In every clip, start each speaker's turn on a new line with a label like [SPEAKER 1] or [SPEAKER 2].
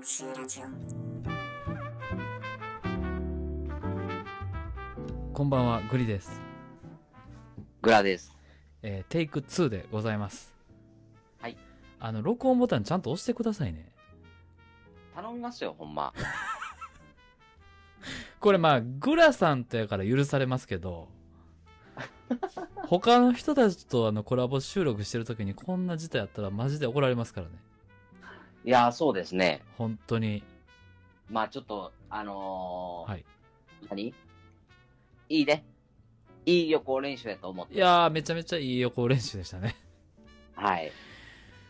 [SPEAKER 1] クシーラジオ
[SPEAKER 2] こんばんは、グリです。
[SPEAKER 3] グラです。
[SPEAKER 2] えーテイク2でございます。
[SPEAKER 3] はい。
[SPEAKER 2] あの、録音ボタンちゃんと押してくださいね。
[SPEAKER 3] 頼みますよ、ほんま。
[SPEAKER 2] これまあ、グラさんとやから許されますけ ど、他の人たちとあのコラボ収録してる時にこんな事態やったらマジで怒られますからね。
[SPEAKER 3] いやー、そうですね。
[SPEAKER 2] 本当に。
[SPEAKER 3] まあちょっと、あのー、
[SPEAKER 2] はい。
[SPEAKER 3] 何いいね。いい予行練習やと思って。
[SPEAKER 2] いやー、めちゃめちゃいい予行練習でしたね。
[SPEAKER 3] はい。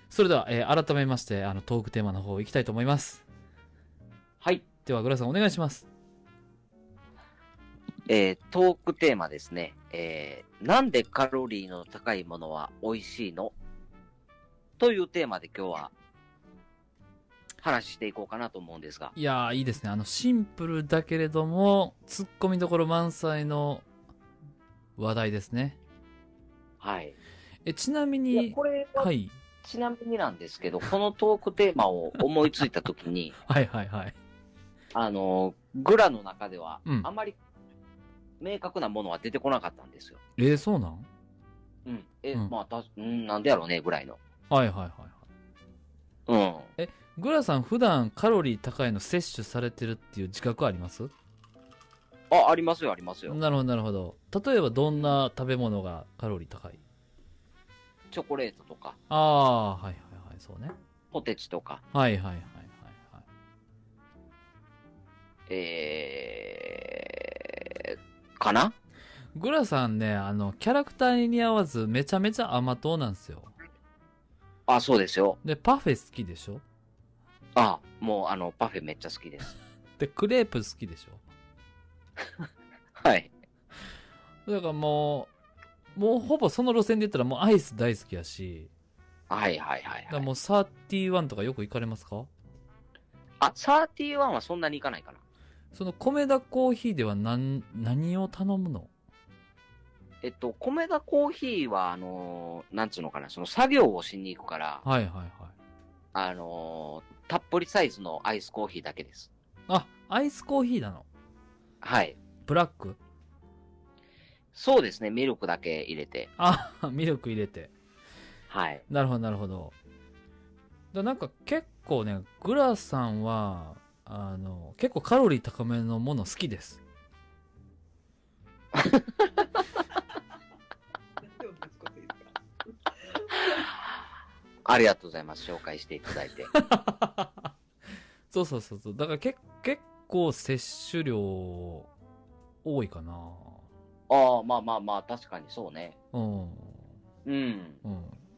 [SPEAKER 2] それでは、えー改めまして、あの、トークテーマの方行きたいと思います。
[SPEAKER 3] はい。
[SPEAKER 2] では、グラさんお願いします。
[SPEAKER 3] えー、トークテーマですね。えー、なんでカロリーの高いものは美味しいのというテーマで今日は、話していこうかなと思うんですが。
[SPEAKER 2] いやー、いいですね。あの、シンプルだけれども、突っ込みどころ満載の話題ですね。
[SPEAKER 3] はい。
[SPEAKER 2] え、ちなみ
[SPEAKER 3] いや、
[SPEAKER 2] に、
[SPEAKER 3] これは、
[SPEAKER 2] はい、
[SPEAKER 3] ちなみになんですけど、このトークテーマを思いついたときに、
[SPEAKER 2] はいはいはい。
[SPEAKER 3] あの、グラの中では
[SPEAKER 2] うん、
[SPEAKER 3] あまり明確なものは出てこなかったんですよ。
[SPEAKER 2] えー、そうなん
[SPEAKER 3] うん。え、
[SPEAKER 2] うん
[SPEAKER 3] まあ、たうん、なんでやろうね、ぐらいの。
[SPEAKER 2] はいはいはいはい。
[SPEAKER 3] うん。
[SPEAKER 2] グラさん、普段カロリー高いの摂取されてるっていう自覚あります
[SPEAKER 3] あ、ありますよ、ありますよ。
[SPEAKER 2] なるほどなるほど。例えばどんな食べ物がカロリー高い
[SPEAKER 3] チョコレートとか、
[SPEAKER 2] あー、はいはいはい、そうね。
[SPEAKER 3] ポテチとか、
[SPEAKER 2] はいはいはいはいはい。
[SPEAKER 3] えー、かな
[SPEAKER 2] グラさんね、あの、キャラクターに似合わず、めちゃめちゃ甘党なんですよ。
[SPEAKER 3] あ、そうですよ。
[SPEAKER 2] で、パフェ好きでしょ
[SPEAKER 3] あ、もう、あの、パフェめっちゃ好きです。
[SPEAKER 2] で、クレープ好きでしょ
[SPEAKER 3] はい。
[SPEAKER 2] だからもう、もうほぼその路線で言ったらもうアイス大好きやし、
[SPEAKER 3] はいはいはい、
[SPEAKER 2] だから
[SPEAKER 3] はい。
[SPEAKER 2] もう31とかよく行かれますか
[SPEAKER 3] あ、31はそんなにいかないかな。
[SPEAKER 2] その米田コーヒーでは何、何を頼むの
[SPEAKER 3] えっと、米田コーヒーは、あのーなんつうのかな、その作業をしに行くから、
[SPEAKER 2] はいはいはい。
[SPEAKER 3] あのーたっぷりサイズのアイスコーヒーだけです。
[SPEAKER 2] あ、アイスコーヒーなの。
[SPEAKER 3] はい。
[SPEAKER 2] ブラック
[SPEAKER 3] そうですね、ミルクだけ入れて。
[SPEAKER 2] あ、ミルク入れて。
[SPEAKER 3] はい。
[SPEAKER 2] なるほどなるほど。だなんか結構ね、グラさんは、あの、結構カロリー高めのもの好きです。
[SPEAKER 3] ありがとうございます。紹介していただいて。
[SPEAKER 2] そうそうそうそう。だからけ結構摂取量多いかな。
[SPEAKER 3] ああ、まあまあまあ、確かにそうね。
[SPEAKER 2] うん。うん。
[SPEAKER 3] うん。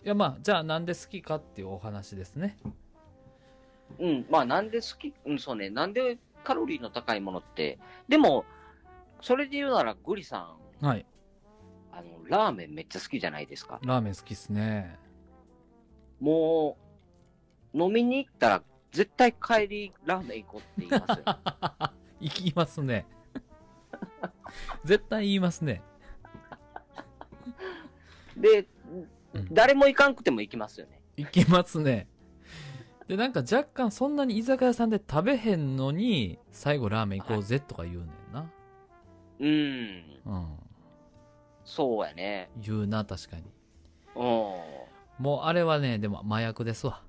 [SPEAKER 2] いやまあ、じゃあなんで好きかっていうお話ですね。
[SPEAKER 3] うん。まあ、なんで好き、うん、そうね。なんでカロリーの高いものって。でも、それで言うなら、グリさん、
[SPEAKER 2] はい。
[SPEAKER 3] あの、ラーメンめっちゃ好きじゃないですか。
[SPEAKER 2] ラーメン好きっすね。
[SPEAKER 3] もう、飲みに行ったら、絶対帰りラーメン行こうって言いますよ。
[SPEAKER 2] 言いますね。 絶対言いますね。
[SPEAKER 3] で、
[SPEAKER 2] うん
[SPEAKER 3] 誰も行かんくても行きますよね。
[SPEAKER 2] いけますね。で、なんか若干そんなに居酒屋さんで食べへんのに、最後ラーメン行こうぜとか言うねんな。
[SPEAKER 3] うん。
[SPEAKER 2] うん。
[SPEAKER 3] そうやね。
[SPEAKER 2] 言うな、確かに。
[SPEAKER 3] うん。
[SPEAKER 2] もうあれはね、でも麻薬ですわ。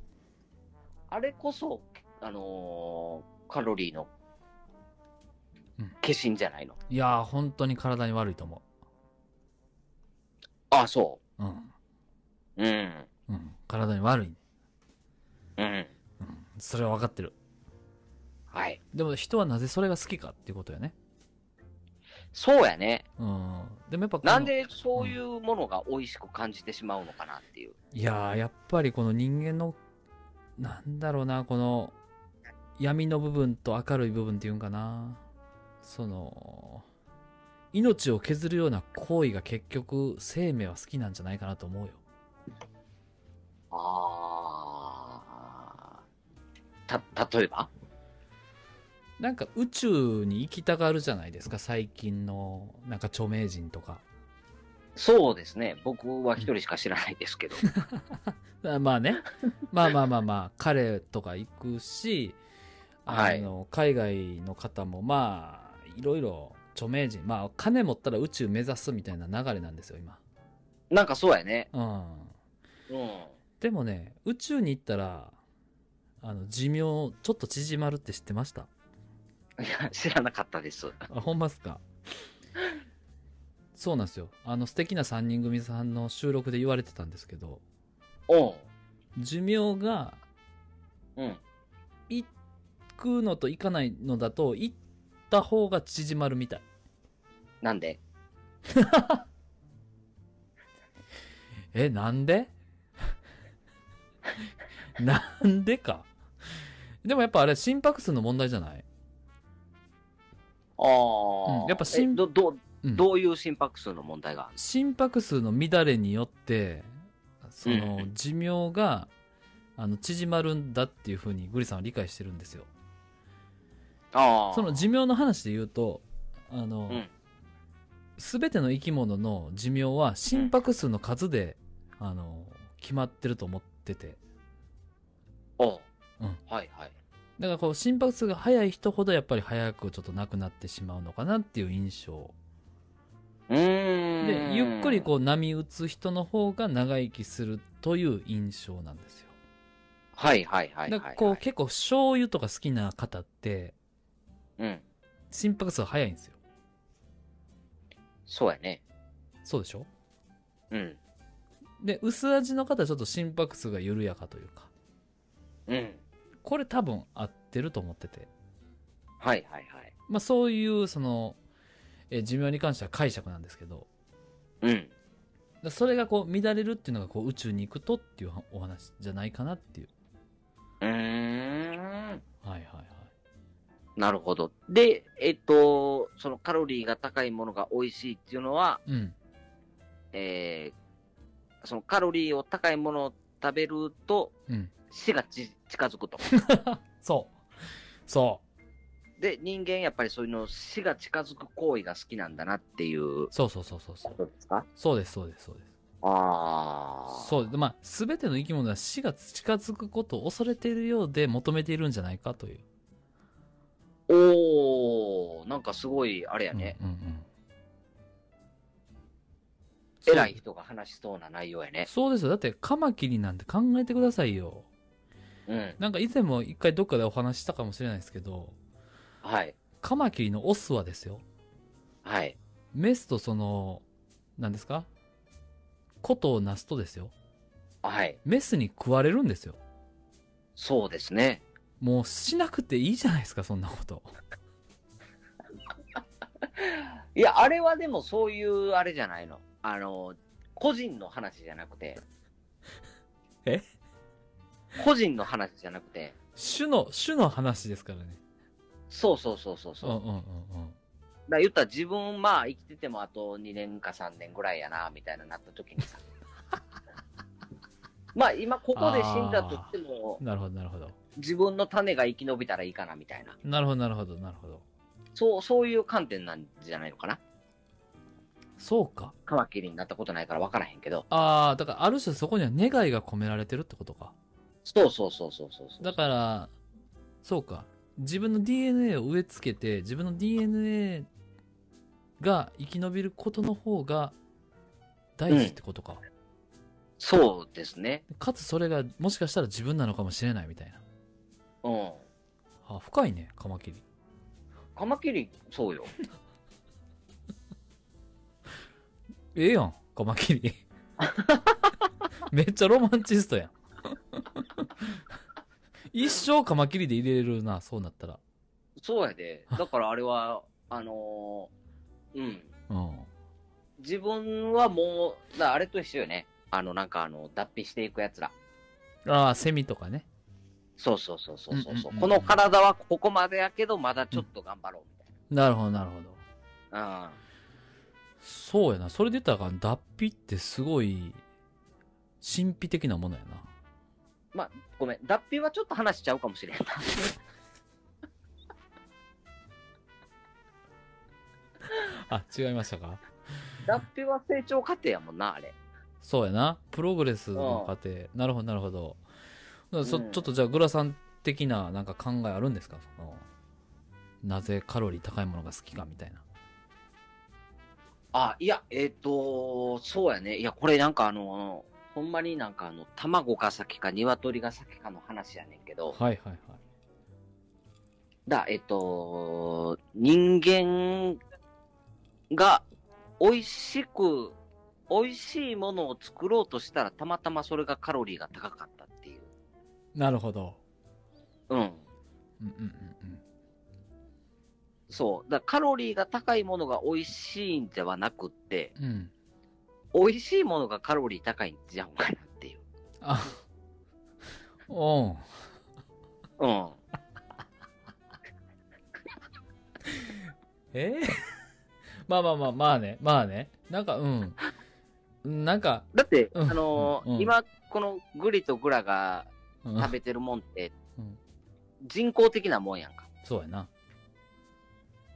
[SPEAKER 3] あれこそ、あのーカロリーの
[SPEAKER 2] うん
[SPEAKER 3] 化身じゃないの。
[SPEAKER 2] いやー、本当に体に悪いと思。
[SPEAKER 3] ああ、そう
[SPEAKER 2] うん。
[SPEAKER 3] う。うん。
[SPEAKER 2] うん。体に悪い。
[SPEAKER 3] うん。
[SPEAKER 2] うん。それは分かってる。
[SPEAKER 3] はい。
[SPEAKER 2] でも人はなぜそれが好きかっていうことよね。
[SPEAKER 3] そうやね。
[SPEAKER 2] うん。でもやっぱこの
[SPEAKER 3] なんでそういうものが美味しく感じてしまうのかなっていう。
[SPEAKER 2] いやーやっぱりこの人間のなんだろうなこの闇の部分と明るい部分っていうんかなその命を削るような行為が結局生命は好きなんじゃないかなと思うよ
[SPEAKER 3] ああ。た、例えば
[SPEAKER 2] なんか宇宙に行きたがるじゃないですか最近のなんか著名人とか
[SPEAKER 3] そうですね。僕は一人しか知らないです けど。
[SPEAKER 2] あまあねまあまあまあまあ彼とか行くしあ
[SPEAKER 3] はい
[SPEAKER 2] の海外の方もまあいろいろ著名人まあ金持ったら宇宙目指すみたいな流れなんですよ今
[SPEAKER 3] なんかそうやね。
[SPEAKER 2] うん
[SPEAKER 3] うん。
[SPEAKER 2] でもね宇宙に行ったらあの寿命ちょっと縮まるって知ってました
[SPEAKER 3] いや、 知らなかったです。
[SPEAKER 2] あほんまっすかそうなんですよあの素敵な3人組さんの収録で言われてたんですけど
[SPEAKER 3] お
[SPEAKER 2] 寿命が
[SPEAKER 3] うん。うん。
[SPEAKER 2] 行くのと行かないのだと行った方が縮まるみたい
[SPEAKER 3] なんで
[SPEAKER 2] えなんで なんでかでもやっぱあれ心拍数の問題じゃない
[SPEAKER 3] ああ、
[SPEAKER 2] うんやっぱ心
[SPEAKER 3] えどど
[SPEAKER 2] うん
[SPEAKER 3] どういう心拍数の問題がある
[SPEAKER 2] 心拍数の乱れによってその
[SPEAKER 3] うんう
[SPEAKER 2] 寿命があの縮まるんだっていうふうにグリさんは理解してるんですよ
[SPEAKER 3] ああ。
[SPEAKER 2] その寿命の話で言うとあの、
[SPEAKER 3] うん
[SPEAKER 2] 全ての生き物の寿命は心拍数の数で、あの決まってると思ってて
[SPEAKER 3] おう
[SPEAKER 2] うん
[SPEAKER 3] はいはい。
[SPEAKER 2] だからこう心拍数が速い人ほどやっぱり早くちょっとなくなってしまうのかなっていう印象
[SPEAKER 3] うーん。
[SPEAKER 2] でゆっくりこう波打つ人の方が長生きするという印象なんですよ
[SPEAKER 3] う。はいはいはいはい、
[SPEAKER 2] だ
[SPEAKER 3] はい。
[SPEAKER 2] からこう結構醤油とか好きな方って
[SPEAKER 3] うん。
[SPEAKER 2] 心拍数が速いんですよ
[SPEAKER 3] そうやね。
[SPEAKER 2] そうでしょ
[SPEAKER 3] うん。
[SPEAKER 2] で薄味の方はちょっと心拍数が緩やかというか
[SPEAKER 3] うん。
[SPEAKER 2] これ多分合ってると思ってて
[SPEAKER 3] はいはいはい。
[SPEAKER 2] まあそういうそのえー寿命に関しては解釈なんですけど
[SPEAKER 3] うん。
[SPEAKER 2] だからそれがこう乱れるっていうのがこう宇宙に行くとっていうお話じゃないかなっていう
[SPEAKER 3] うーん。
[SPEAKER 2] はいはいはい
[SPEAKER 3] なるほど。で、えっと、そのカロリーが高いものが美味しいっていうのは、
[SPEAKER 2] うん
[SPEAKER 3] えー、そのカロリーを高いものを食べると
[SPEAKER 2] うん
[SPEAKER 3] 死がち近づくと。
[SPEAKER 2] そうそ
[SPEAKER 3] で、人間やっぱりそういうの死が近づく行為が好きなんだなっていう
[SPEAKER 2] うそうそうそうそうそ
[SPEAKER 3] こ
[SPEAKER 2] う
[SPEAKER 3] とですか
[SPEAKER 2] そうですそうですそうです
[SPEAKER 3] ああ。
[SPEAKER 2] そうまあ全ての生き物は死が近づくことを恐れているようで求めているんじゃないかという
[SPEAKER 3] おー、なんかすごい、あれやね、
[SPEAKER 2] うんうんうん
[SPEAKER 3] 偉い人が話しそうな内容やね。
[SPEAKER 2] そうですよだってカマキリなんて考えてくださいよ
[SPEAKER 3] うん。
[SPEAKER 2] なんか以前も一回どっかでお話ししたかもしれないですけど
[SPEAKER 3] はい。
[SPEAKER 2] カマキリのオスはですよ
[SPEAKER 3] はい。
[SPEAKER 2] メスとその何ですかことをなすとですよ
[SPEAKER 3] はい。
[SPEAKER 2] メスに食われるんですよ
[SPEAKER 3] そうですね。
[SPEAKER 2] もうしなくていいじゃないですかそんなこと
[SPEAKER 3] いや、あれはでもそういう、あれじゃないの。あの、個人の話じゃなくて。
[SPEAKER 2] え
[SPEAKER 3] 個人の話じゃなくて。
[SPEAKER 2] 種の種の話ですからね
[SPEAKER 3] そうそうそうそうそう。
[SPEAKER 2] うんう
[SPEAKER 3] だ
[SPEAKER 2] ん
[SPEAKER 3] か
[SPEAKER 2] うんうん
[SPEAKER 3] ら言ったら自分、まあ生きててもあと2年か3年ぐらいやな、みたいななった時 にさ。まあ今ここで死んだとしても、
[SPEAKER 2] なるほどなるほど
[SPEAKER 3] 自分の種が生き延びたらいいかな、みたいな。
[SPEAKER 2] なるほどなるほどなるほど
[SPEAKER 3] そう、そういう観点なんじゃないのかな。
[SPEAKER 2] そうか
[SPEAKER 3] カマキリになったことないから分からへんけど。
[SPEAKER 2] ああだからある種そこには願いが込められてるってことか
[SPEAKER 3] そうそうそうそうそうそう。
[SPEAKER 2] だからそうか自分の DNA を植え付けて自分の DNA が生き延びることの方が大事ってことか、
[SPEAKER 3] そうですね。
[SPEAKER 2] かつそれがもしかしたら自分なのかもしれないみたいな
[SPEAKER 3] うん。
[SPEAKER 2] あ深いねカマキリ
[SPEAKER 3] カマキリ、そう よ。
[SPEAKER 2] ええやんカマキリめっちゃロマンチストやん 一生カマキリで入れれるなそうなったら
[SPEAKER 3] そうやで。だからあれは、あのーうん。
[SPEAKER 2] うん
[SPEAKER 3] 自分はもう、だからあれと一緒よね。あの、なんかあの、脱皮していくやつら。
[SPEAKER 2] ああセミとかね
[SPEAKER 3] そうそうそうそうそう,、そう
[SPEAKER 2] うんうんうんうん
[SPEAKER 3] この体はここまでやけど、まだちょっと頑張ろう、み
[SPEAKER 2] なるほどなるほど
[SPEAKER 3] たいな。うん。
[SPEAKER 2] そうやな。それで言ったら、脱皮ってすごい、神秘的なものやな。
[SPEAKER 3] ごめん。脱皮はちょっと話しちゃうかもしれんな。
[SPEAKER 2] あ、違いましたか
[SPEAKER 3] 脱皮は成長過程やもんな、あれ。
[SPEAKER 2] そうやな。プログレスの過程。なるほど、なるほど。だからそ
[SPEAKER 3] うん
[SPEAKER 2] ちょっとじゃあ、グラさん的ななんか考えあるんですかそのなぜカロリー高いものが好きかみたいな。
[SPEAKER 3] あ、いや、えっ、と、そうやね。いや、これなんかあの、ほんまになんかあの、卵が先か鶏が先かの話やねんけど、
[SPEAKER 2] はいはいはい。
[SPEAKER 3] だ、えっ、と、人間が美味しく、美味しいものを作ろうとしたら、たまたまそれがカロリーが高かったっていう。
[SPEAKER 2] なるほど。
[SPEAKER 3] うん。
[SPEAKER 2] うんうんうん
[SPEAKER 3] そう。だカロリーが高いものが美味しいんではなくって、
[SPEAKER 2] うん。うん。
[SPEAKER 3] 美味しいものがカロリー高いんじゃんかなっていう。
[SPEAKER 2] あ、おん。
[SPEAKER 3] うん。
[SPEAKER 2] え ーまあまあまあまあね。まあね。なんかうん。なんか、
[SPEAKER 3] だって、
[SPEAKER 2] うん
[SPEAKER 3] あのー
[SPEAKER 2] うん
[SPEAKER 3] 今、このグリとグラが
[SPEAKER 2] うん
[SPEAKER 3] 食べてるもんって
[SPEAKER 2] うん、
[SPEAKER 3] 人工的なもんやんか。
[SPEAKER 2] そうやな。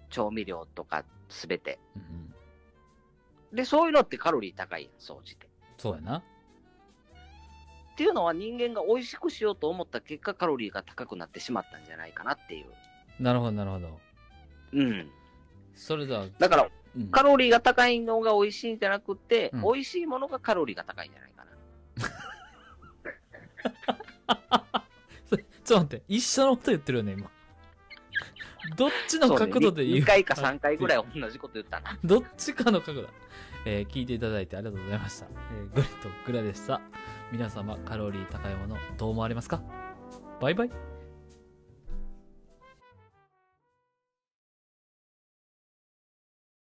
[SPEAKER 3] 調味料とかすべて。
[SPEAKER 2] うんうん。
[SPEAKER 3] で、そういうのってカロリー高いやん、総じて。
[SPEAKER 2] そうやな。
[SPEAKER 3] っていうのは人間が美味しくしようと思った結果、カロリーが高くなってしまったんじゃないかなっていう。
[SPEAKER 2] なるほどなるほど。
[SPEAKER 3] うん。
[SPEAKER 2] それでは、
[SPEAKER 3] だから、
[SPEAKER 2] うん
[SPEAKER 3] カロリーが高いのが美味しいんじゃなくて、
[SPEAKER 2] うん
[SPEAKER 3] 美味しいものがカロリーが高いんじゃないかな。
[SPEAKER 2] それちょっと待って、一緒のこと言ってるよね、今。 どっちの角度で言う
[SPEAKER 3] 2回か3回ぐらい同じこと言ったな。
[SPEAKER 2] どっちかの角度。えー聞いていただいてありがとうございました。えーグリとグラでした。皆様、カロリー高いもの、どう思われますかバイバイ。